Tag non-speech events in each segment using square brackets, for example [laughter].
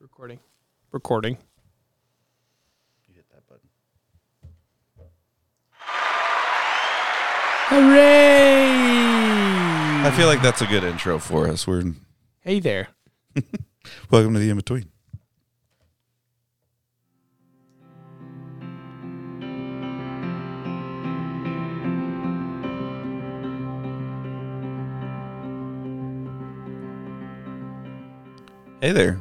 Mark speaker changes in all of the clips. Speaker 1: Recording. Recording.
Speaker 2: You hit that button.
Speaker 1: Hooray!
Speaker 2: I feel like that's a good intro for us. We're
Speaker 1: Hey there.
Speaker 2: welcome to the in between. Hey there.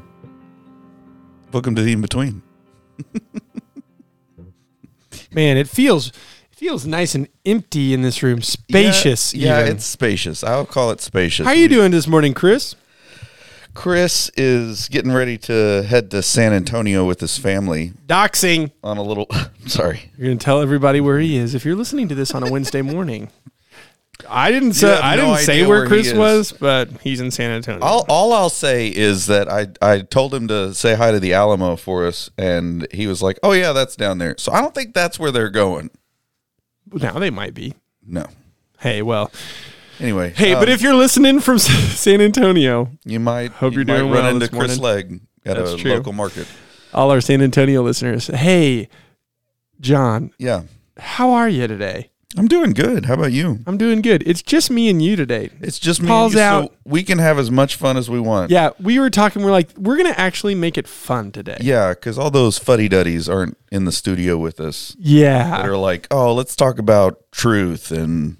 Speaker 2: Welcome to the in between.
Speaker 1: Man, it feels it feels nice and empty in this room. Spacious.
Speaker 2: Yeah,
Speaker 1: even.
Speaker 2: it's spacious. I'll call it spacious.
Speaker 1: How you doing this morning, Chris?
Speaker 2: Chris is getting ready to head to San Antonio with his family
Speaker 1: Doxing.
Speaker 2: on a little. [laughs] Sorry,
Speaker 1: You're gonna tell everybody where he is if you're listening to this on a Wednesday morning. I didn't say
Speaker 2: have
Speaker 1: I
Speaker 2: no
Speaker 1: didn't say
Speaker 2: idea
Speaker 1: where,
Speaker 2: where he
Speaker 1: Chris
Speaker 2: is.
Speaker 1: was, but he's in San Antonio.
Speaker 2: all, all I'll say is that I I told him to say hi to the Alamo for us, and he was like, "Oh yeah, that's down there." So I don't think that's where they're going.
Speaker 1: now they might be.
Speaker 2: No.
Speaker 1: Hey, well,
Speaker 2: Anyway,
Speaker 1: hey, but
Speaker 2: um,
Speaker 1: if you're listening from [laughs] San Antonio,
Speaker 2: you might
Speaker 1: hope
Speaker 2: you
Speaker 1: you're
Speaker 2: might
Speaker 1: doing
Speaker 2: run
Speaker 1: well
Speaker 2: into
Speaker 1: this
Speaker 2: Chris
Speaker 1: morning.
Speaker 2: Legg at
Speaker 1: That's
Speaker 2: a
Speaker 1: true.
Speaker 2: local market.
Speaker 1: all our San Antonio listeners, hey, John,
Speaker 2: Yeah,
Speaker 1: how are you today?
Speaker 2: I'm doing good. How about you?
Speaker 1: I'm doing good. It's just me and you today.
Speaker 2: It's just me. and
Speaker 1: Paul's
Speaker 2: you,
Speaker 1: out.
Speaker 2: So we can have as much fun as we want.
Speaker 1: Yeah, we were talking. We're like, we're gonna actually make it fun today.
Speaker 2: Yeah, because all those fuddy duddies aren't in the studio with us.
Speaker 1: Yeah,
Speaker 2: that are like, oh, let's talk about truth and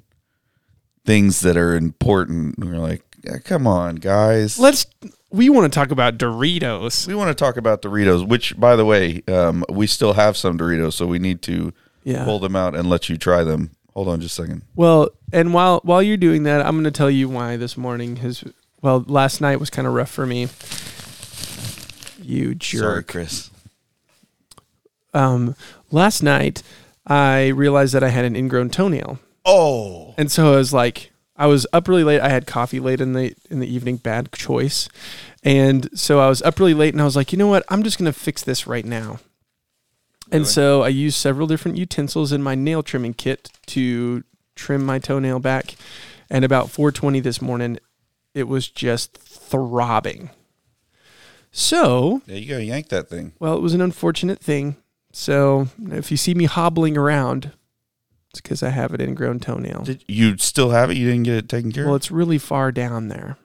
Speaker 2: things that are important. And we're like, "Yeah, come on, guys.
Speaker 1: let's. We want to talk about Doritos.
Speaker 2: we want to talk about Doritos, which, by the way, um, we still have some Doritos, so we need to
Speaker 1: Yeah.
Speaker 2: pull them out and let you try them. Hold on just a second.
Speaker 1: Well, and while while you're doing that, I'm gonna tell you why this morning has. Well, last night was kind of rough for me. You jerk.
Speaker 2: Sorry, Chris.
Speaker 1: Um, last night, I realized that I had an ingrown toenail.
Speaker 2: Oh,
Speaker 1: And so I was like, I was up really late. I had coffee late in the in the evening. Bad choice. And so I was up really late, and I was like, you know what? I'm just gonna fix this right now. And so I used several different utensils in my nail trimming kit to trim my toenail back. And about 4:20 this morning, it was just throbbing. So
Speaker 2: yeah, you gotta yank that thing.
Speaker 1: well, it was an unfortunate thing. So if you see me hobbling around, it's because I have an ingrown toenail.
Speaker 2: Did you still have it? You didn't get it taken care
Speaker 1: Well,
Speaker 2: of.
Speaker 1: it's really far down there.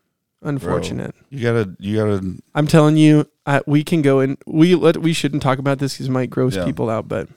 Speaker 1: Unfortunate.
Speaker 2: You gotta, you gotta.
Speaker 1: I'm telling you, I, we can go and we let we shouldn't talk about this because it might gross
Speaker 2: Yeah.
Speaker 1: people out. But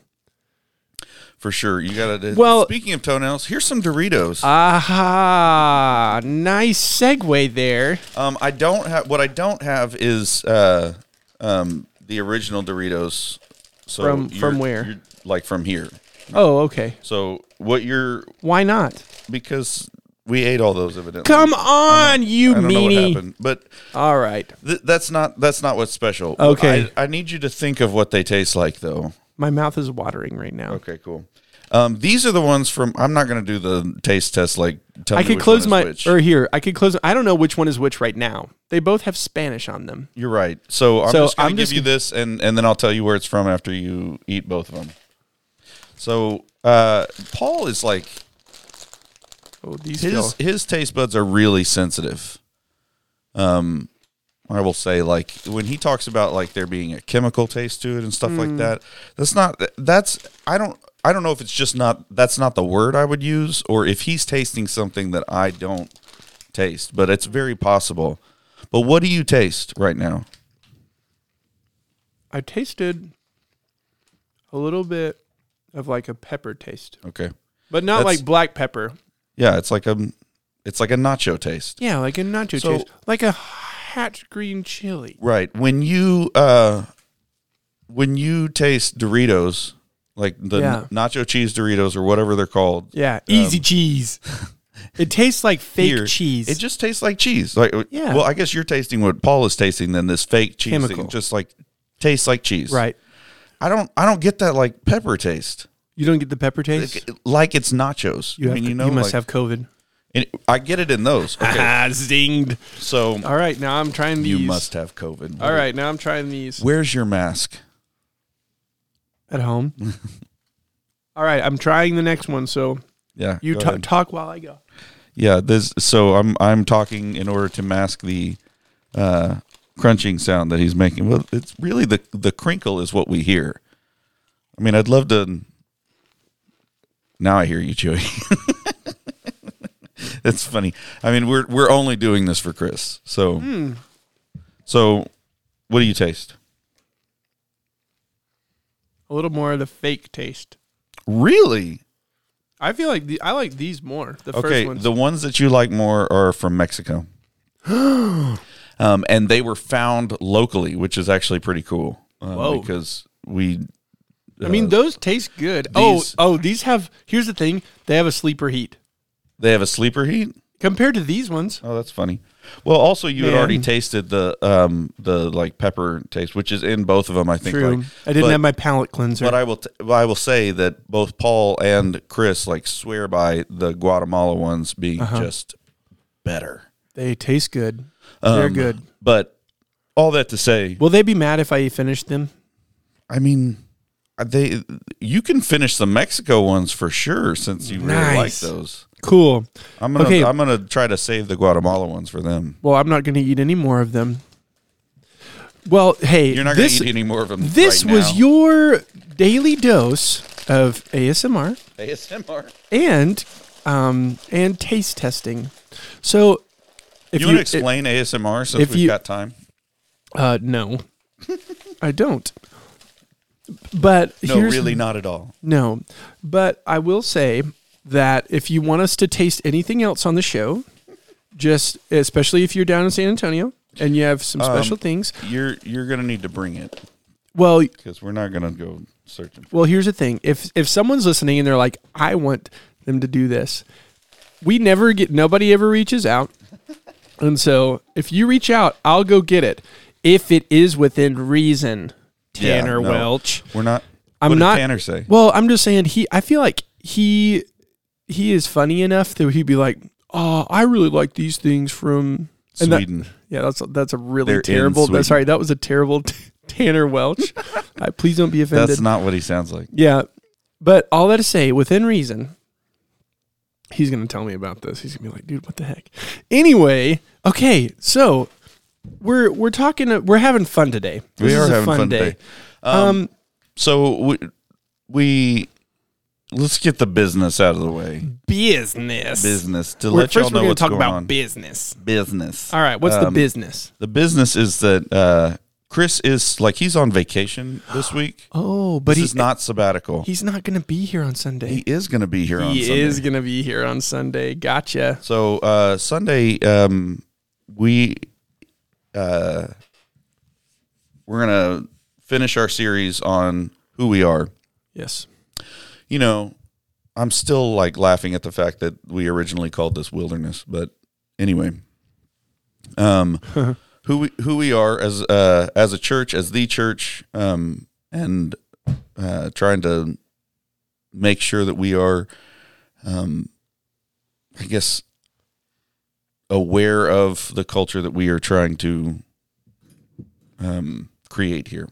Speaker 2: For sure, you gotta. uh,
Speaker 1: Well-
Speaker 2: speaking of toenails, here's some Doritos.
Speaker 1: aha, nice segue there.
Speaker 2: Um, I don't have what I don't have is uh, um, the original Doritos. So
Speaker 1: From-
Speaker 2: you're-
Speaker 1: from where?
Speaker 2: you're- Like from here.
Speaker 1: Oh, okay.
Speaker 2: So what you're
Speaker 1: Why not?
Speaker 2: because we ate all those evidently.
Speaker 1: Come on, you
Speaker 2: I don't know what
Speaker 1: meanie.
Speaker 2: happened, but
Speaker 1: All right,
Speaker 2: th- that's not that's not what's special.
Speaker 1: Okay.
Speaker 2: I, I need you to think of what they taste like, though.
Speaker 1: my mouth is watering right now.
Speaker 2: Okay, cool. Um, these are the ones from. I'm not going to do the taste test. Like, tell
Speaker 1: I
Speaker 2: me
Speaker 1: could
Speaker 2: which
Speaker 1: close
Speaker 2: one is
Speaker 1: my
Speaker 2: which.
Speaker 1: or here. I could close. I don't know which one is which right now. They both have Spanish on them.
Speaker 2: You're right. So I'm
Speaker 1: So
Speaker 2: just going
Speaker 1: I'm
Speaker 2: to
Speaker 1: just
Speaker 2: give you this, and, and then I'll tell you where it's from after you eat both of them. So uh, Paul is like
Speaker 1: Oh, these feel-
Speaker 2: his his taste buds are really sensitive. Um, I will say like when he talks about like there being a chemical taste to it and stuff
Speaker 1: Hmm.
Speaker 2: like that. That's not that's I don't I don't know if it's just not that's not the word I would use or if he's tasting something that I don't taste, but it's very possible. But what do you taste right now?
Speaker 1: I tasted a little bit of like a pepper taste,
Speaker 2: Okay.
Speaker 1: but not
Speaker 2: That's-
Speaker 1: like black pepper.
Speaker 2: Yeah, it's like a it's like a nacho taste.
Speaker 1: Yeah, like a nacho
Speaker 2: So-
Speaker 1: taste, like a hot green chili.
Speaker 2: Right. When you uh when you taste Doritos, like the
Speaker 1: Yeah.
Speaker 2: nacho cheese Doritos or whatever they're called.
Speaker 1: Yeah, um, easy [laughs] cheese. It tastes like fake
Speaker 2: here,
Speaker 1: cheese.
Speaker 2: It just tastes like cheese. Like uh,
Speaker 1: Yeah.
Speaker 2: well, I guess you're tasting what Paul is tasting then this fake cheese that
Speaker 1: Chemical.
Speaker 2: just like tastes like cheese.
Speaker 1: right.
Speaker 2: I don't I don't get that like pepper taste.
Speaker 1: You don't get the pepper taste.
Speaker 2: Like, like it's nachos.
Speaker 1: you,
Speaker 2: I
Speaker 1: have,
Speaker 2: mean,
Speaker 1: you,
Speaker 2: you know
Speaker 1: must
Speaker 2: like-
Speaker 1: have [laughs] COVID.
Speaker 2: and I get it in those.
Speaker 1: [laughs]
Speaker 2: Okay.
Speaker 1: Ah, zinged.
Speaker 2: so
Speaker 1: All right, now I'm trying these.
Speaker 2: you must have COVID.
Speaker 1: All right, now I'm trying these
Speaker 2: Where's your mask?
Speaker 1: at home. [laughs] All right, I'm trying the next one. So
Speaker 2: Yeah.
Speaker 1: you
Speaker 2: go
Speaker 1: ta
Speaker 2: ahead.
Speaker 1: talk while I go.
Speaker 2: Yeah, this so I'm I'm talking in order to mask the uh crunching sound that he's making. Well, it's really the the crinkle is what we hear. I mean, I'd love to. Now I hear you, Chewy. [laughs] That's funny. I mean, we're we're only doing this for Chris. So, so what do you taste?
Speaker 1: A little more of the fake taste.
Speaker 2: Really?
Speaker 1: I feel like the, I like these more. The
Speaker 2: Okay,
Speaker 1: first ones.
Speaker 2: the ones that you like more are
Speaker 1: [gasps]
Speaker 2: from Mexico. um, and they were found locally, which is actually pretty cool. uh,
Speaker 1: Whoa.
Speaker 2: Because we.
Speaker 1: I mean, those taste good.
Speaker 2: these-
Speaker 1: oh, oh, these have. Here's the thing: they have a sleeper heat
Speaker 2: They have a sleeper heat.
Speaker 1: compared to these ones.
Speaker 2: Oh, that's funny. Well, also you had
Speaker 1: Man.
Speaker 2: already tasted the um the like pepper taste, which is in both of them. I think.
Speaker 1: True.
Speaker 2: Like,
Speaker 1: I didn't
Speaker 2: but,
Speaker 1: have my palate cleanser.
Speaker 2: But I will. T- but I will say that both Paul and Chris like swear by the Guatemala ones being
Speaker 1: Uh-huh.
Speaker 2: just better.
Speaker 1: they taste good. They're
Speaker 2: Um,
Speaker 1: good.
Speaker 2: But all that to say,
Speaker 1: Will they be mad if I finish them?
Speaker 2: I mean, Uh, they you can finish the Mexico ones for sure since you really like
Speaker 1: Nice.
Speaker 2: those.
Speaker 1: Cool.
Speaker 2: I'm gonna
Speaker 1: Okay.
Speaker 2: I'm gonna try to save the Guatemala ones for them.
Speaker 1: Well, I'm not going to eat any more of them. Well, hey,
Speaker 2: You're not
Speaker 1: this
Speaker 2: gonna eat any more of them.
Speaker 1: this
Speaker 2: right
Speaker 1: was
Speaker 2: now.
Speaker 1: your daily dose of ASMR
Speaker 2: ASMR.
Speaker 1: and um and taste testing. So, if
Speaker 2: you,
Speaker 1: you,
Speaker 2: want to explain ASMR since
Speaker 1: if
Speaker 2: we've
Speaker 1: you-
Speaker 2: got time?
Speaker 1: uh, no, [laughs] I don't. But
Speaker 2: No,
Speaker 1: here's
Speaker 2: really not at all.
Speaker 1: No, but I will say that if you want us to taste anything else on the show, just especially if you're down in San Antonio and you have some
Speaker 2: Um,
Speaker 1: special things,
Speaker 2: You're you're gonna need to bring it
Speaker 1: well,
Speaker 2: because we're not gonna go searching.
Speaker 1: well, here's the thing: if if someone's listening and they're like, "I want them to do this," we never get. Nobody ever reaches out, and so if you reach out, I'll go get it if it is within reason.
Speaker 2: Yeah,
Speaker 1: Tanner
Speaker 2: no.
Speaker 1: Welch.
Speaker 2: We're not.
Speaker 1: I'm
Speaker 2: what
Speaker 1: not-
Speaker 2: Did Tanner say.
Speaker 1: Well, I'm just saying he. I feel like he he is funny enough that he'd be like, "Oh, I really like these things from and that-
Speaker 2: Sweden.
Speaker 1: yeah, that's that's a really
Speaker 2: They're in
Speaker 1: terrible.
Speaker 2: Sweden.
Speaker 1: That's sorry, that was a terrible [laughs] t- Tanner Welch. I, please don't be offended.
Speaker 2: That's not what he sounds like.
Speaker 1: yeah, but all that to say, within reason, he's gonna tell me about this. He's gonna be like, "Dude, what the heck?" Anyway, okay, so. We're we're talking we're having fun today. This
Speaker 2: we
Speaker 1: is
Speaker 2: are
Speaker 1: a
Speaker 2: having fun, today. Um, so we, we let's get the business out of the way.
Speaker 1: Business.
Speaker 2: Business to
Speaker 1: We're-
Speaker 2: let y'all
Speaker 1: first,
Speaker 2: know
Speaker 1: we're
Speaker 2: what's
Speaker 1: to talk
Speaker 2: going
Speaker 1: about
Speaker 2: on.
Speaker 1: business.
Speaker 2: business.
Speaker 1: All right, what's the
Speaker 2: Um,
Speaker 1: business?
Speaker 2: The business is that uh, Chris is like he's on vacation
Speaker 1: [gasps]
Speaker 2: this week.
Speaker 1: Oh, but
Speaker 2: this
Speaker 1: he's
Speaker 2: is not sabbatical. He,
Speaker 1: he's not going to be here on Sunday.
Speaker 2: is going to be here
Speaker 1: He,
Speaker 2: on Sunday.
Speaker 1: is going to be here on Sunday. Gotcha.
Speaker 2: So uh, Sunday, um, we uh, we're gonna finish our series on who we are.
Speaker 1: Yes.
Speaker 2: You know, I'm still like laughing at the fact that we originally called this wilderness, but anyway, um, who we who we are as uh, as a church, as the church, um, and uh, trying to make sure that we are, um, I guess, aware of the culture that we are trying to um, create here.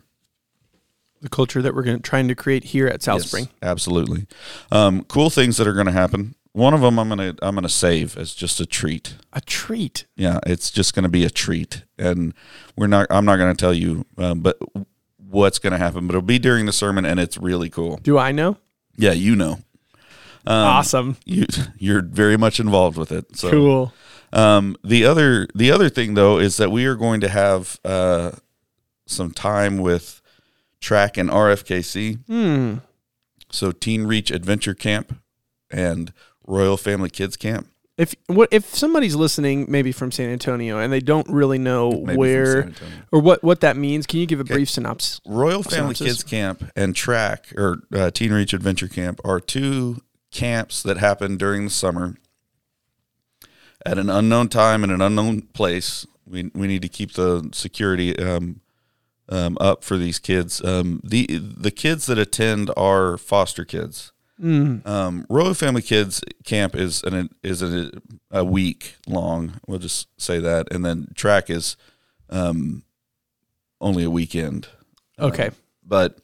Speaker 1: The culture that we're gonna, trying to create here at South
Speaker 2: Yes,
Speaker 1: Spring.
Speaker 2: Absolutely. Um, cool things that are going to happen. One of them I'm gonna I'm gonna save as just a treat.
Speaker 1: A treat.
Speaker 2: Yeah, it's just gonna be a treat, and we're not. I'm not gonna tell you, um, but what's gonna happen. But it'll be during the sermon, and it's really cool.
Speaker 1: Do I know?
Speaker 2: Yeah, you know,
Speaker 1: awesome.
Speaker 2: you [laughs] you're very much involved with it. Um, So
Speaker 1: Cool.
Speaker 2: Um, the other the other thing though is that we are going to have uh, some time with track and RFKC.
Speaker 1: Hmm.
Speaker 2: So Teen Reach Adventure Camp and Royal Family Kids Camp.
Speaker 1: If what if somebody's listening, maybe from San Antonio, and they don't really know
Speaker 2: from San
Speaker 1: where
Speaker 2: Antonio.
Speaker 1: or what what that means, can you give a brief synopsis?
Speaker 2: Royal Family
Speaker 1: Synopsis.
Speaker 2: Kids Camp and Track or uh, Teen Reach Adventure Camp are two camps that happen during the summer at an unknown time in an unknown place. We, we need to keep the security um, um, up for these kids. Um, the the kids that attend are foster kids.
Speaker 1: Hmm.
Speaker 2: Um, Royal Family Kids Camp is an is a, a week long. We'll just say that, and then Track is um, only a weekend
Speaker 1: Okay.
Speaker 2: but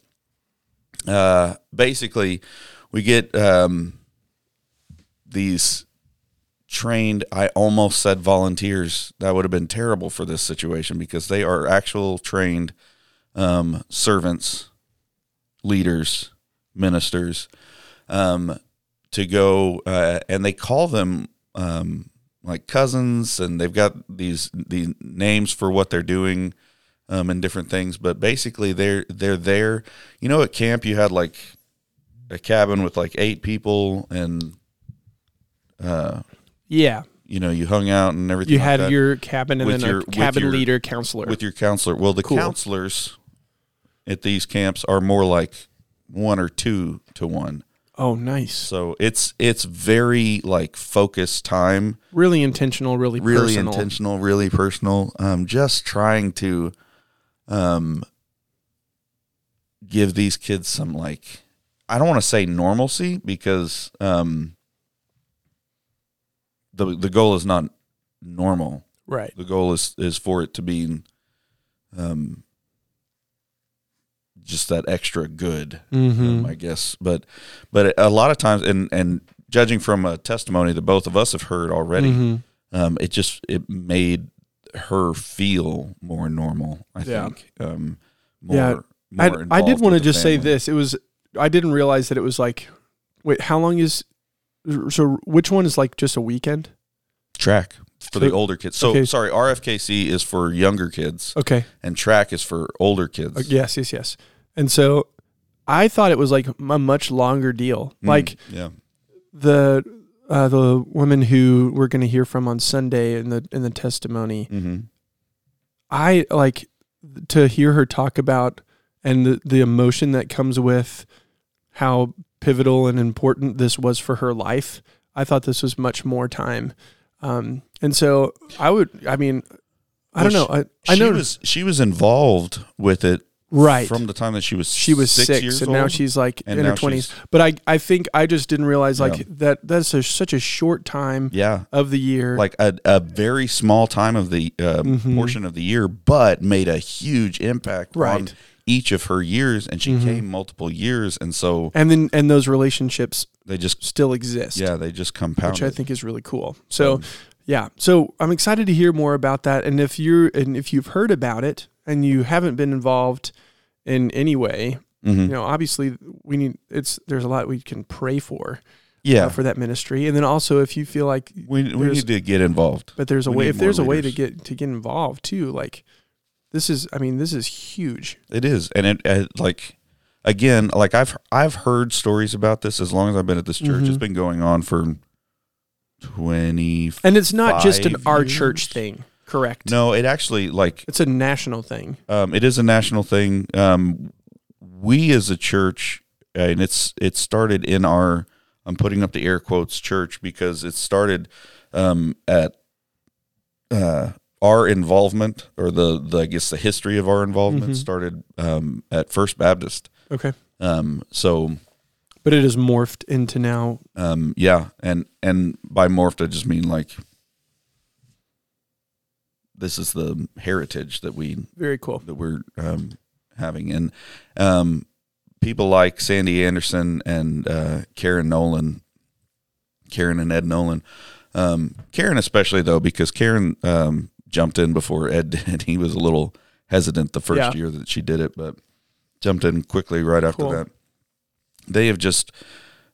Speaker 2: uh, basically we get um, these trained, I almost said volunteers. That would have been terrible for this situation because they are actual trained um, servants, leaders, ministers um, to go, uh, and they call them um, like cousins, and they've got these these names for what they're doing um, and different things. But basically, they're they're there. You know, at camp you had like a cabin with like eight people, and uh,
Speaker 1: Yeah.
Speaker 2: you know you hung out and everything.
Speaker 1: You
Speaker 2: like
Speaker 1: had
Speaker 2: that
Speaker 1: your cabin and
Speaker 2: With
Speaker 1: then
Speaker 2: your-
Speaker 1: a
Speaker 2: with
Speaker 1: cabin
Speaker 2: your-
Speaker 1: leader counselor.
Speaker 2: with your counselor. Well, the
Speaker 1: Cool.
Speaker 2: counselors at these camps are more like one or two to one.
Speaker 1: oh, nice.
Speaker 2: So it's it's very like focused time,
Speaker 1: Really intentional, really,
Speaker 2: really
Speaker 1: personal.
Speaker 2: intentional, really personal. Um, just trying to, um, give these kids some like, I don't want to say normalcy because um, the the goal is not normal.
Speaker 1: Right.
Speaker 2: The goal is is for it to be, um, just that extra good
Speaker 1: Mm-hmm.
Speaker 2: um, I guess. But but a lot of times, and and judging from a testimony that both of us have heard already,
Speaker 1: Mm-hmm.
Speaker 2: um, it just it made her feel more normal. I
Speaker 1: Yeah.
Speaker 2: think. Um, more,
Speaker 1: Yeah.
Speaker 2: more
Speaker 1: I, I did
Speaker 2: involved
Speaker 1: want to
Speaker 2: with the
Speaker 1: just say
Speaker 2: family.
Speaker 1: this. It was I didn't realize that it was like wait, how long is so which one is like just a weekend?
Speaker 2: track for the
Speaker 1: So-
Speaker 2: older kids. So
Speaker 1: okay.
Speaker 2: sorry, RFKC is for younger kids,
Speaker 1: Okay.
Speaker 2: and track is for older kids.
Speaker 1: Uh, yes, yes, yes. And so I thought it was like a much longer deal.
Speaker 2: Mm,
Speaker 1: Like
Speaker 2: yeah,
Speaker 1: the uh, the woman who we're going to hear from on Sunday in the in the testimony,
Speaker 2: hmm
Speaker 1: I like to hear her talk about and the, the emotion that comes with how pivotal and important this was for her life. I thought this was much more time. Um, and so I would, I mean, I
Speaker 2: Well,
Speaker 1: don't know. I, I
Speaker 2: she
Speaker 1: know.
Speaker 2: was she was involved with it
Speaker 1: right.
Speaker 2: from the time that she was
Speaker 1: she was six,
Speaker 2: years
Speaker 1: and now
Speaker 2: old,
Speaker 1: she's like
Speaker 2: and
Speaker 1: in
Speaker 2: now
Speaker 1: her twenties.
Speaker 2: she's-
Speaker 1: But I, I think I just didn't realize like
Speaker 2: Yeah.
Speaker 1: that that's a, such a short time
Speaker 2: yeah
Speaker 1: of the year.
Speaker 2: like a, a very small time of the uh,
Speaker 1: Mhm.
Speaker 2: portion of the year, but made a huge impact on
Speaker 1: Right.
Speaker 2: each of her years. And she
Speaker 1: Mhm.
Speaker 2: came multiple years, and so
Speaker 1: and then, and those relationships
Speaker 2: they just
Speaker 1: still exist.
Speaker 2: yeah they just compound.
Speaker 1: which I
Speaker 2: it.
Speaker 1: think is really cool. So, yeah, so I'm excited to hear more about that. And if you're and if you've heard about it and you haven't been involved in any way,
Speaker 2: Mhm.
Speaker 1: you know, obviously we need it's there's a lot we can pray for
Speaker 2: yeah,
Speaker 1: uh, for that ministry. And then also if you feel like
Speaker 2: we we
Speaker 1: there's-
Speaker 2: need to get involved.
Speaker 1: but there's a
Speaker 2: We
Speaker 1: way
Speaker 2: need
Speaker 1: if there's
Speaker 2: more
Speaker 1: a way to
Speaker 2: leaders.
Speaker 1: get to get involved too, like this is I mean this is huge.
Speaker 2: It is, and it, uh like again, like I've I've heard stories about this as long as I've been at this church. It's
Speaker 1: Mhm.
Speaker 2: been going on for twenty.
Speaker 1: And it's not just an
Speaker 2: Five
Speaker 1: our
Speaker 2: years?
Speaker 1: church thing, correct?
Speaker 2: No, it actually like
Speaker 1: It's a national thing.
Speaker 2: um, it is a national thing. Um, we as a church, and it's it started in our. I'm putting up the air quotes church because it started um, at uh, our involvement, or the, the I guess the history of our involvement
Speaker 1: Mhm.
Speaker 2: started um, at First Baptist.
Speaker 1: Okay.
Speaker 2: Um, so
Speaker 1: But it is morphed into now
Speaker 2: um, yeah, and and by morphed I just mean like this is the heritage that we
Speaker 1: very cool.
Speaker 2: that we're um, having, and um, people like Sandy Anderson and uh, Karen Nolan, Karen and Ed Nolan, um, Karen especially though because Karen um, jumped in before Ed [laughs] did. He was a little hesitant the first
Speaker 1: Yeah.
Speaker 2: year that she did it, but jumped in quickly right after
Speaker 1: Cool.
Speaker 2: that. They have just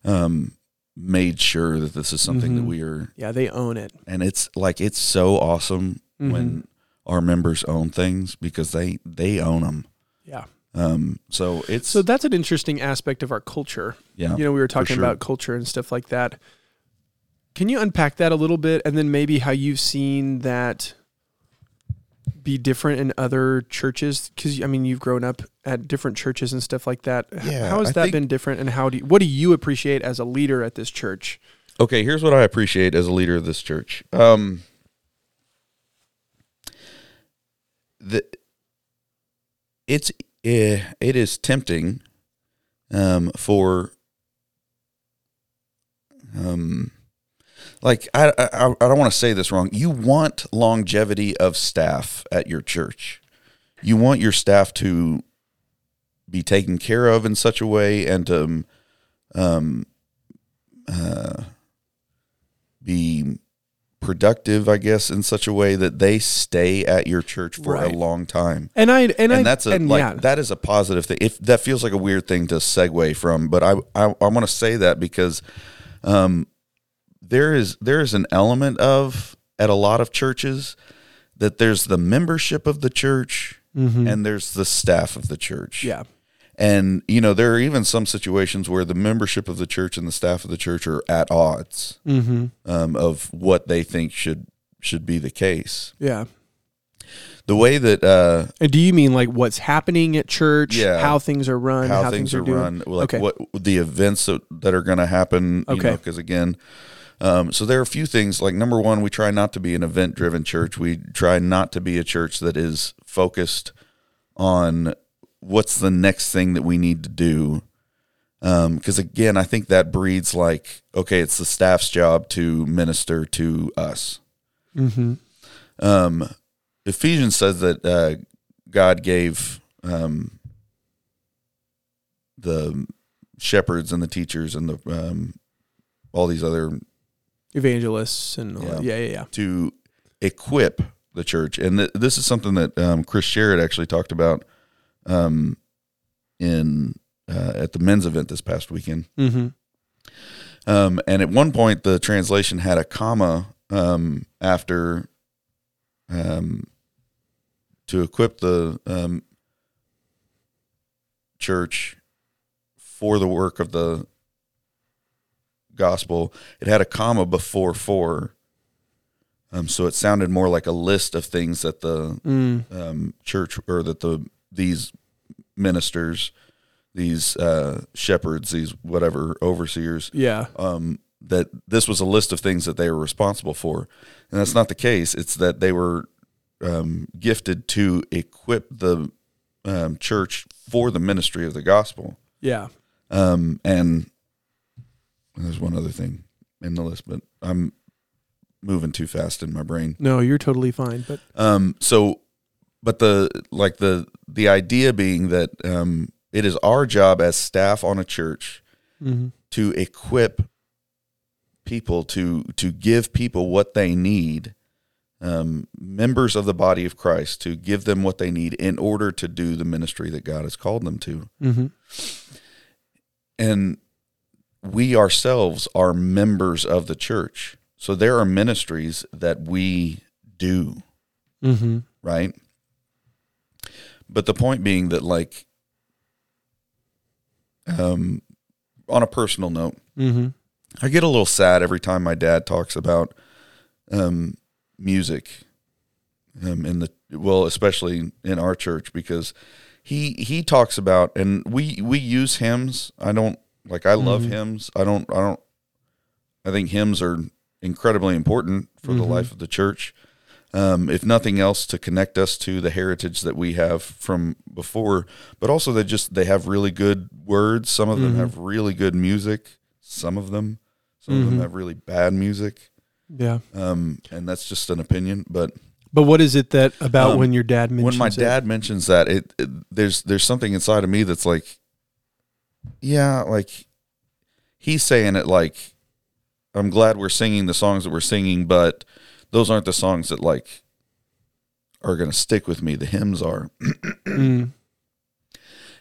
Speaker 2: um, made sure that this is something that
Speaker 1: Mhm.
Speaker 2: we are,
Speaker 1: Yeah, they own it.
Speaker 2: and it's like it's so awesome
Speaker 1: Mhm.
Speaker 2: when our members own things because they they own them.
Speaker 1: Yeah.
Speaker 2: Um, so it's
Speaker 1: So that's an interesting aspect of our culture.
Speaker 2: yeah,
Speaker 1: You know, we were talking
Speaker 2: sure.
Speaker 1: about culture and stuff like that. Can you unpack that a little bit and then maybe how you've seen that be different in other churches? Because, I mean, you've grown up at different churches and stuff like that. H-
Speaker 2: Yeah,
Speaker 1: how has
Speaker 2: I
Speaker 1: that
Speaker 2: think-
Speaker 1: been different and how do you, what do you appreciate as a leader at this church?
Speaker 2: okay. Here's what I appreciate as a leader of this church. Um, the it's eh, it is tempting, um, for um, like I I, I I don't want to say this wrong. You want longevity of staff at your church. You want your staff to be taken care of in such a way and to um, um, uh, be productive, I guess, in such a way that they stay at your church for
Speaker 1: Right.
Speaker 2: a long time.
Speaker 1: And I and, I
Speaker 2: And that's a
Speaker 1: and
Speaker 2: like
Speaker 1: yeah.
Speaker 2: that is a positive thing. If that feels like a weird thing to segue from, but I I, I want to say that because um there is there is an element of at a lot of churches that there's the membership of the church
Speaker 1: Mm-hmm.
Speaker 2: and there's the staff of the church.
Speaker 1: Hmm. yeah.
Speaker 2: And you know, there are even some situations where the membership of the church and the staff of the church are at odds
Speaker 1: Mm-hmm.
Speaker 2: um, of what they think should should be the case.
Speaker 1: Yeah.
Speaker 2: The way that uh,
Speaker 1: And do you mean like what's happening at church?
Speaker 2: Yeah.
Speaker 1: How things are run?
Speaker 2: how, things, are,
Speaker 1: doing?
Speaker 2: run, like
Speaker 1: Okay.
Speaker 2: what the events that, that are going to happen. You
Speaker 1: Okay.
Speaker 2: Because again, um, so there are a few things. Like number one, we try not to be an event driven church. We try not to be a church that is focused on what's the next thing that we need to do. Because again, I think that breeds like, okay, it's the staff's job to minister to us.
Speaker 1: Mm-hmm.
Speaker 2: Um, Ephesians says that uh, God gave um, the shepherds and the teachers and the um, all these other
Speaker 1: Evangelists and all that. yeah, yeah, yeah.
Speaker 2: to equip the church, and th- this is something that um, Chris Sherrod actually talked about um, in uh, at the men's event this past weekend.
Speaker 1: Mm-hmm.
Speaker 2: Um, and at one point, the translation had a comma um, after um, to equip the um, church for the work of the gospel. It had a comma before for. Um, so it sounded more like a list of things that the
Speaker 1: Mm.
Speaker 2: um, church or that the these ministers, these uh, shepherds, these whatever overseers
Speaker 1: Yeah.
Speaker 2: um, that this was a list of things that they were responsible for, and that's not the case. It's that they were um, gifted to equip the um, church for the ministry of the gospel.
Speaker 1: Yeah.
Speaker 2: Um, and there's one other thing in the list, but I'm moving too fast in my brain.
Speaker 1: No, you're totally fine. But
Speaker 2: Um, so, but the like the the idea being that um, it is our job as staff on a church
Speaker 1: mm-hmm.
Speaker 2: to equip people to to give people what they need um, members of the body of christ to give them what they need in order to do the ministry that god has called them to
Speaker 1: Mm-hmm.
Speaker 2: and we ourselves are members of the church so there are ministries that we do
Speaker 1: Mm-hmm.
Speaker 2: right? But the point being that, like, um, on a personal note,
Speaker 1: Mm-hmm.
Speaker 2: I get a little sad every time my dad talks about um, music, um, in the well, especially in our church, because he he talks about and we we use hymns. I don't like I love hymns. I don't I don't. I think hymns are incredibly important for the life of the church. Um, if nothing else, to connect us to the heritage that we have from before, but also they just they have really good words. Some of them have really good music. Some of them, some
Speaker 1: Mm-hmm.
Speaker 2: of them have really bad music.
Speaker 1: Yeah.
Speaker 2: Um, and that's just an opinion, but
Speaker 1: But what is it that about
Speaker 2: Um,
Speaker 1: when your dad mentions
Speaker 2: when my
Speaker 1: it?
Speaker 2: dad mentions that, it, it there's there's something inside of me that's like, yeah, like he's saying it like, I'm glad we're singing the songs that we're singing, but those aren't the songs that like are gonna stick with me. The hymns are,
Speaker 1: Mm.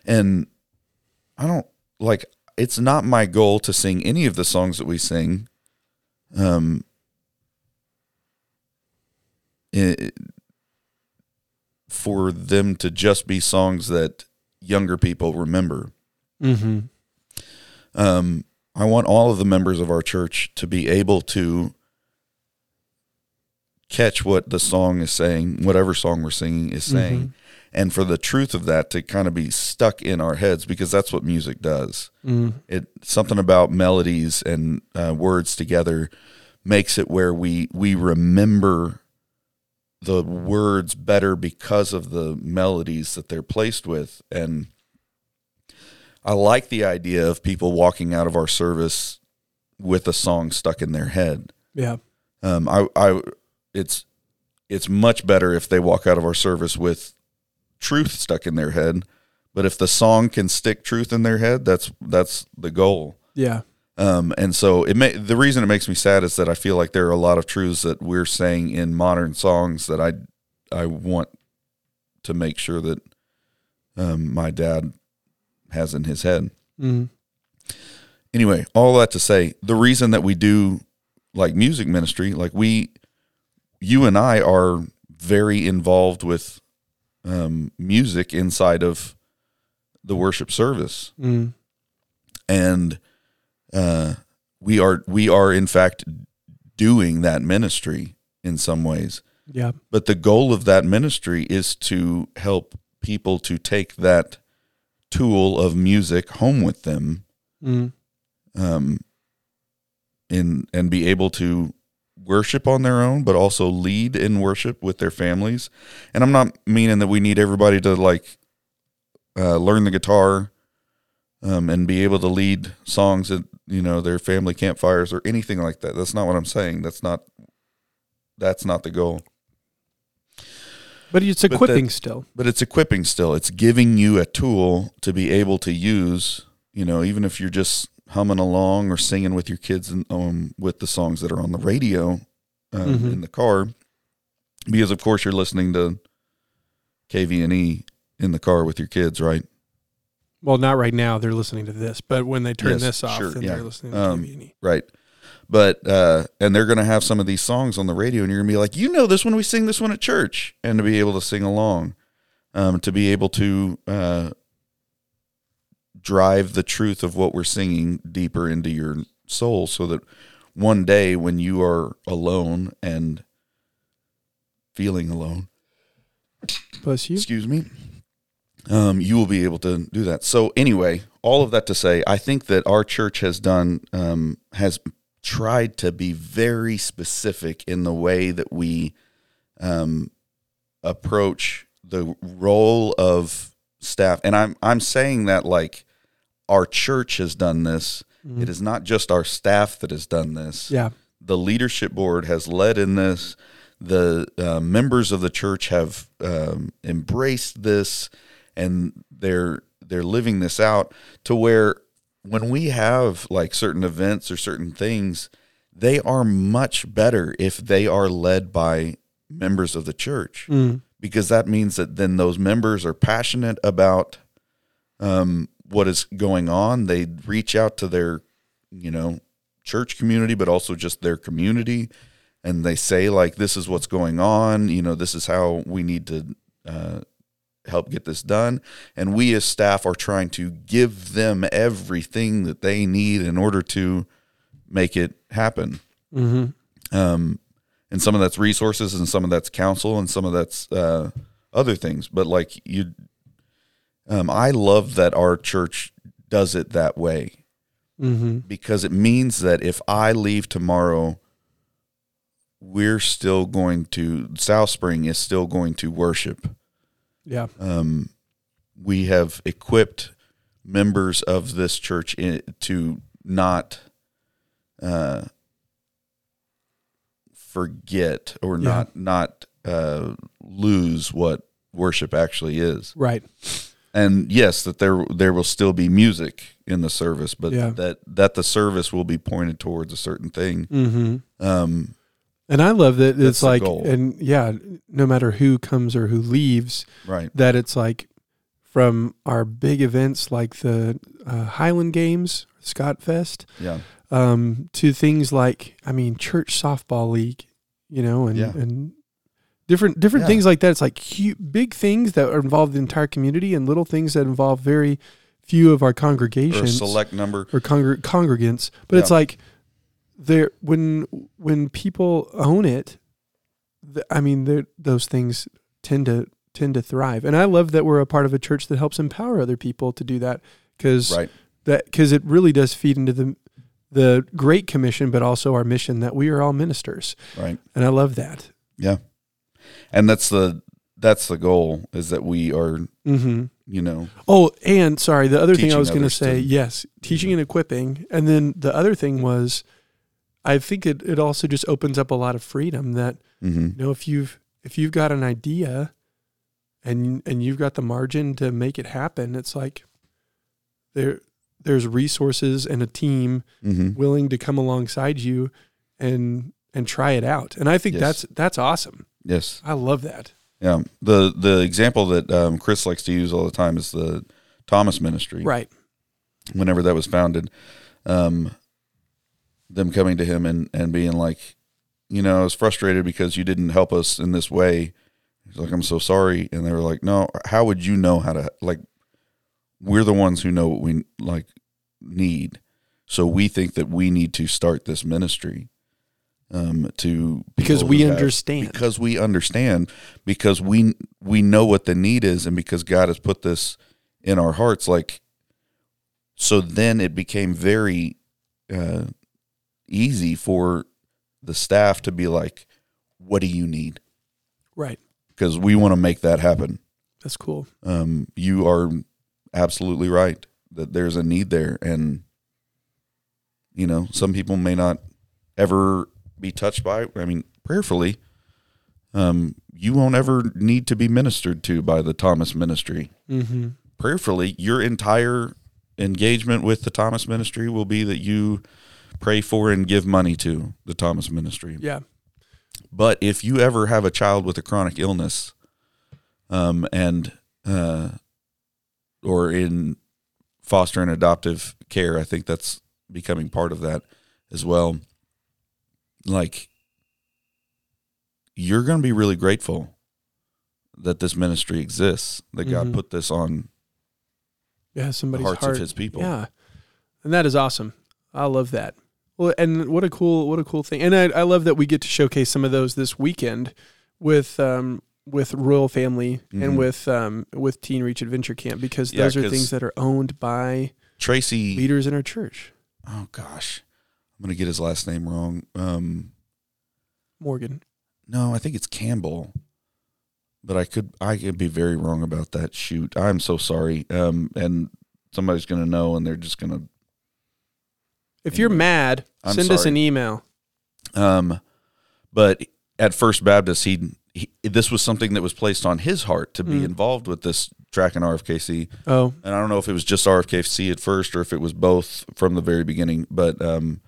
Speaker 2: and I don't like. It's not my goal to sing any of the songs that we sing. Um. i- for them to just be songs that younger people remember.
Speaker 1: Mm-hmm.
Speaker 2: Um, I want all of the members of our church to be able to catch what the song is saying, whatever song we're singing is
Speaker 1: Mm-hmm.
Speaker 2: saying, and for the truth of that to kind of be stuck in our heads because that's what music does.
Speaker 1: Mm.
Speaker 2: It something about melodies and uh, words together makes it where we we remember the words better because of the melodies that they're placed with and I like the idea of people walking out of our service with a song stuck in their head.
Speaker 1: Yeah.
Speaker 2: Um, I, I, it's, it's much better if they walk out of our service with truth stuck in their head. But if the song can stick truth in their head, that's that's the goal.
Speaker 1: Yeah.
Speaker 2: Um, and so it may, the reason it makes me sad is that I feel like there are a lot of truths that we're saying in modern songs that I I want to make sure that um, my dad has in his head.
Speaker 1: Mhm.
Speaker 2: Anyway, all that to say, the reason that we do like music ministry, like we, you and I are very involved with um, music inside of the worship service
Speaker 1: Mm.
Speaker 2: and uh, we are we are in fact doing that ministry in some ways.
Speaker 1: Yeah.
Speaker 2: But the goal of that ministry is to help people to take that tool of music home with them,
Speaker 1: Mm.
Speaker 2: um, in and be able to worship on their own, but also lead in worship with their families. And I'm not meaning that we need everybody to like uh, learn the guitar um, and be able to lead songs at you know their family campfires or anything like that. That's not what I'm saying. That's not that's not the goal.
Speaker 1: But it's
Speaker 2: that-
Speaker 1: equipping still.
Speaker 2: but it's equipping still. It's giving you a tool to be able to use, you know, even if you're just humming along or singing with your kids and um, with the songs that are on the radio um,
Speaker 1: Mhm.
Speaker 2: in the car, because of course you're listening to KVNE E in the car with your kids, right?
Speaker 1: Well, not right now. They're listening to this, but when they turn
Speaker 2: Yes,
Speaker 1: this off,
Speaker 2: sure,
Speaker 1: then
Speaker 2: yeah.
Speaker 1: they're listening to
Speaker 2: Um,
Speaker 1: TV&E.
Speaker 2: Right. But uh, and they're gonna have some of these songs on the radio, and you're gonna be like, you know, this one we sing this one at church, and to be able to sing along, um, to be able to uh, drive the truth of what we're singing deeper into your soul, so that one day when you are alone and feeling alone,
Speaker 1: Bless you.
Speaker 2: excuse me um, you will be able to do that so anyway all of that to say i think that our church has done um, has tried to be very specific in the way that we um, approach the role of staff and i'm i'm saying that like our church has done this
Speaker 1: Mm-hmm.
Speaker 2: It is not just our staff that has done this
Speaker 1: Yeah.
Speaker 2: the leadership board has led in this. The uh, members of the church have um, embraced this, and they're they're living this out to where when we have like certain events or certain things, they are much better if they are led by members of the church
Speaker 1: Mm.
Speaker 2: because that means that then those members are passionate about um, what is going on. They reach out to their, you know, church community, but also just their community, and they say like, "This is what's going on. You know, this is how we need to uh, help get this done." And we as staff are trying to give them everything that they need in order to make it happen
Speaker 1: hmm
Speaker 2: um, and some of that's resources and some of that's counsel and some of that's uh, other things but like you um, i love that our church does it that way
Speaker 1: hmm
Speaker 2: because it means that if i leave tomorrow we're still going to south spring is still going to worship
Speaker 1: Yeah.
Speaker 2: um, we have equipped members of this church in, to not uh, forget or
Speaker 1: Yeah.
Speaker 2: not not uh, lose what worship actually is.
Speaker 1: Right.
Speaker 2: And yes, that there there will still be music in the service, but
Speaker 1: Yeah.
Speaker 2: that that the service will be pointed towards a certain thing.
Speaker 1: hmm
Speaker 2: Um,
Speaker 1: And I love that
Speaker 2: That's
Speaker 1: it's
Speaker 2: the
Speaker 1: like,
Speaker 2: goal.
Speaker 1: and yeah, no matter who comes or who leaves,
Speaker 2: right.
Speaker 1: that it's like from our big events like the uh, Highland Games, Scott Fest,
Speaker 2: Yeah.
Speaker 1: um, to things like, I mean, Church Softball League, you know, and,
Speaker 2: Yeah.
Speaker 1: and different different
Speaker 2: Yeah.
Speaker 1: things like that. It's like hu big things that involve the entire community and little things that involve very few of our
Speaker 2: Or a
Speaker 1: congregations
Speaker 2: select number.
Speaker 1: or congr- congregants, but it's
Speaker 2: Yeah.
Speaker 1: like there when when people own it, th- I mean they're- those things tend to tend to thrive, and I love that we're a part of a church that helps empower other people to do that because
Speaker 2: Right.
Speaker 1: that because it really does feed into the the Great Commission, but also our mission that we are all ministers,
Speaker 2: Right.
Speaker 1: and I love that.
Speaker 2: And that's the that's the goal is that we are,
Speaker 1: Mm-hmm.
Speaker 2: you know,
Speaker 1: Oh, and sorry, the other thing I
Speaker 2: Teaching
Speaker 1: was going to
Speaker 2: others to-
Speaker 1: say, yes, teaching and equipping. And then the other thing was, I think it, it also just opens up a lot of freedom that,
Speaker 2: mhm.
Speaker 1: you know, if you've, if you've got an idea and, and you've got the margin to make it happen, it's like there, there's resources and a team
Speaker 2: Mm-hmm.
Speaker 1: willing to come alongside you and and try it out. And I think
Speaker 2: Yes.
Speaker 1: that's that's awesome.
Speaker 2: Yes.
Speaker 1: I love that.
Speaker 2: Yeah. The the example that um, Chris likes to use all the time is the Thomas Ministry.
Speaker 1: Right.
Speaker 2: Whenever that was founded, um, them coming to him and and being like, you know, I was frustrated because you didn't help us in this way. He's like, I'm so sorry. And they were like, No, how would you know how to like? We're the ones who know what we like need. So we think that we need to start this ministry um, to
Speaker 1: Because
Speaker 2: people
Speaker 1: we
Speaker 2: who have-
Speaker 1: understand.
Speaker 2: because we understand because we we know what the need is and because God has put this in our hearts like so then it became very uh, easy for the staff to be like what do you need
Speaker 1: right.
Speaker 2: because we want to make that happen
Speaker 1: That's cool.
Speaker 2: um, you are absolutely right that there's a need there and you know some people may not ever be touched by it. i mean prayerfully um, you won't ever need to be ministered to by the thomas ministry
Speaker 1: Mm-hmm.
Speaker 2: prayerfully your entire engagement with the thomas ministry will be that you pray for and give money to the thomas ministry
Speaker 1: Yeah.
Speaker 2: but if you ever have a child with a chronic illness, um, and uh, or in foster and adoptive care, I think that's becoming part of that as well. Like, you're going to be really grateful that this ministry exists, that God
Speaker 1: Mhm.
Speaker 2: put this on
Speaker 1: Yeah.
Speaker 2: the
Speaker 1: Somebody's
Speaker 2: hearts
Speaker 1: heart.
Speaker 2: of His people.
Speaker 1: Yeah, and that is awesome. I love that. Well, and what a cool, what a cool thing. And I, I love that we get to showcase some of those this weekend with um, with Royal Family
Speaker 2: Mhm.
Speaker 1: and with um, with Teen Reach Adventure Camp because
Speaker 2: Yeah,
Speaker 1: those are
Speaker 2: 'cause-
Speaker 1: things that are owned by
Speaker 2: Tracy,
Speaker 1: leaders in our church.
Speaker 2: oh gosh, I'm going to get his last name wrong. Um,
Speaker 1: Morgan,
Speaker 2: No, I think it's Campbell. But I could I could be very wrong about that. Shoot, I'm so sorry. Um, and somebody's gonna know, and they're just gonna
Speaker 1: if you're
Speaker 2: Anyway,
Speaker 1: mad,
Speaker 2: I'm
Speaker 1: send us
Speaker 2: sorry.
Speaker 1: an email.
Speaker 2: Um, but at First Baptist, he, he this was something that was placed on his heart to be
Speaker 1: Mm.
Speaker 2: involved with this track and RFKC.
Speaker 1: Oh,
Speaker 2: And I don't know if it was just RFKC at first or if it was both from the very beginning. But um,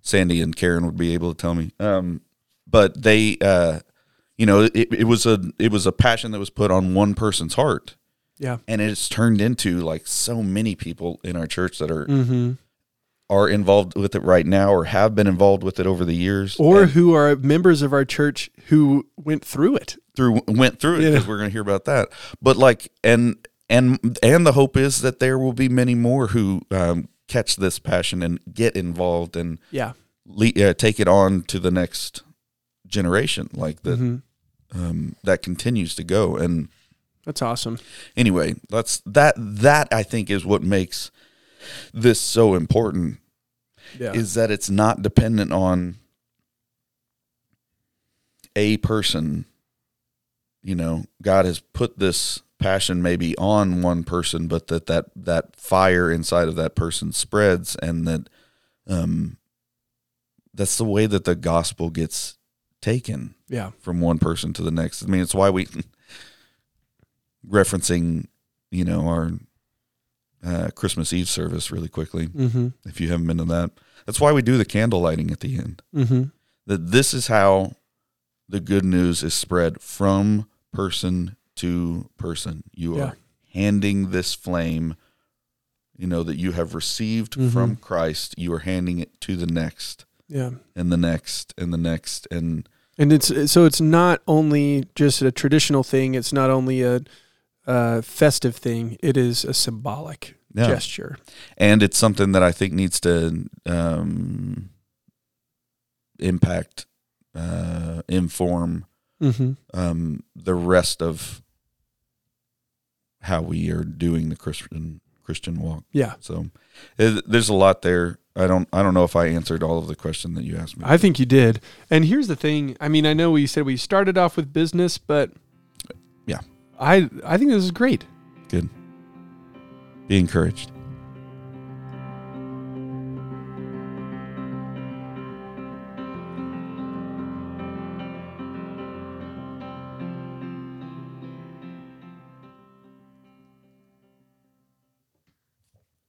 Speaker 2: Sandy and Karen would be able to tell me. Um, but they, uh, you know, it, it was a it was a passion that was put on one person's heart,
Speaker 1: yeah.
Speaker 2: and it's turned into like so many people in our church that are
Speaker 1: Mm-hmm.
Speaker 2: are involved with it right now or have been involved with it over the years
Speaker 1: Or
Speaker 2: And-
Speaker 1: who are members of our church who went through it?
Speaker 2: through went through it
Speaker 1: Yeah.
Speaker 2: because we're going to hear about that. But like and and and the hope is that there will be many more who um, catch this passion and get involved and
Speaker 1: Yeah.
Speaker 2: le- uh, take it on to the next generation. Like that
Speaker 1: Mhm.
Speaker 2: um, that continues to go. And
Speaker 1: That's awesome.
Speaker 2: anyway, that's that that I think is what makes this so important
Speaker 1: Yeah.
Speaker 2: is that it's not dependent on a person. You know, God has put this passion maybe on one person, but that that that fire inside of that person spreads, and that um, that's the way that the gospel gets taken
Speaker 1: yeah.
Speaker 2: from one person to the next. I mean, it's why we [laughs] referencing, you know, our uh, Christmas Eve service really quickly
Speaker 1: Mm-hmm.
Speaker 2: if you haven't been to that. That's why we do the candle lighting at the end.
Speaker 1: Mm-hmm.
Speaker 2: That this is how the good news is spread from person to person. You
Speaker 1: Yeah.
Speaker 2: are handing this flame, you know, that you have received
Speaker 1: Mhm.
Speaker 2: from Christ, you are handing it to the next
Speaker 1: Yeah.
Speaker 2: and the next and the next and
Speaker 1: And it's uh, so it's not only just a traditional thing. It's not only a, uh festive thing. It is a symbolic
Speaker 2: yeah.
Speaker 1: gesture.
Speaker 2: and it's something that I think needs to um, impact, uh, inform,
Speaker 1: Mm-hmm.
Speaker 2: um, the rest of how we are doing the Christian Christian walk.
Speaker 1: Yeah,
Speaker 2: So eh, there's a lot there. I don't I don't know if I answered all of the question that you asked me.
Speaker 1: I think you did. And here's the thing. I mean, I know we said we started off with business, but
Speaker 2: Yeah.
Speaker 1: I I think this is great.
Speaker 2: Good. Be encouraged.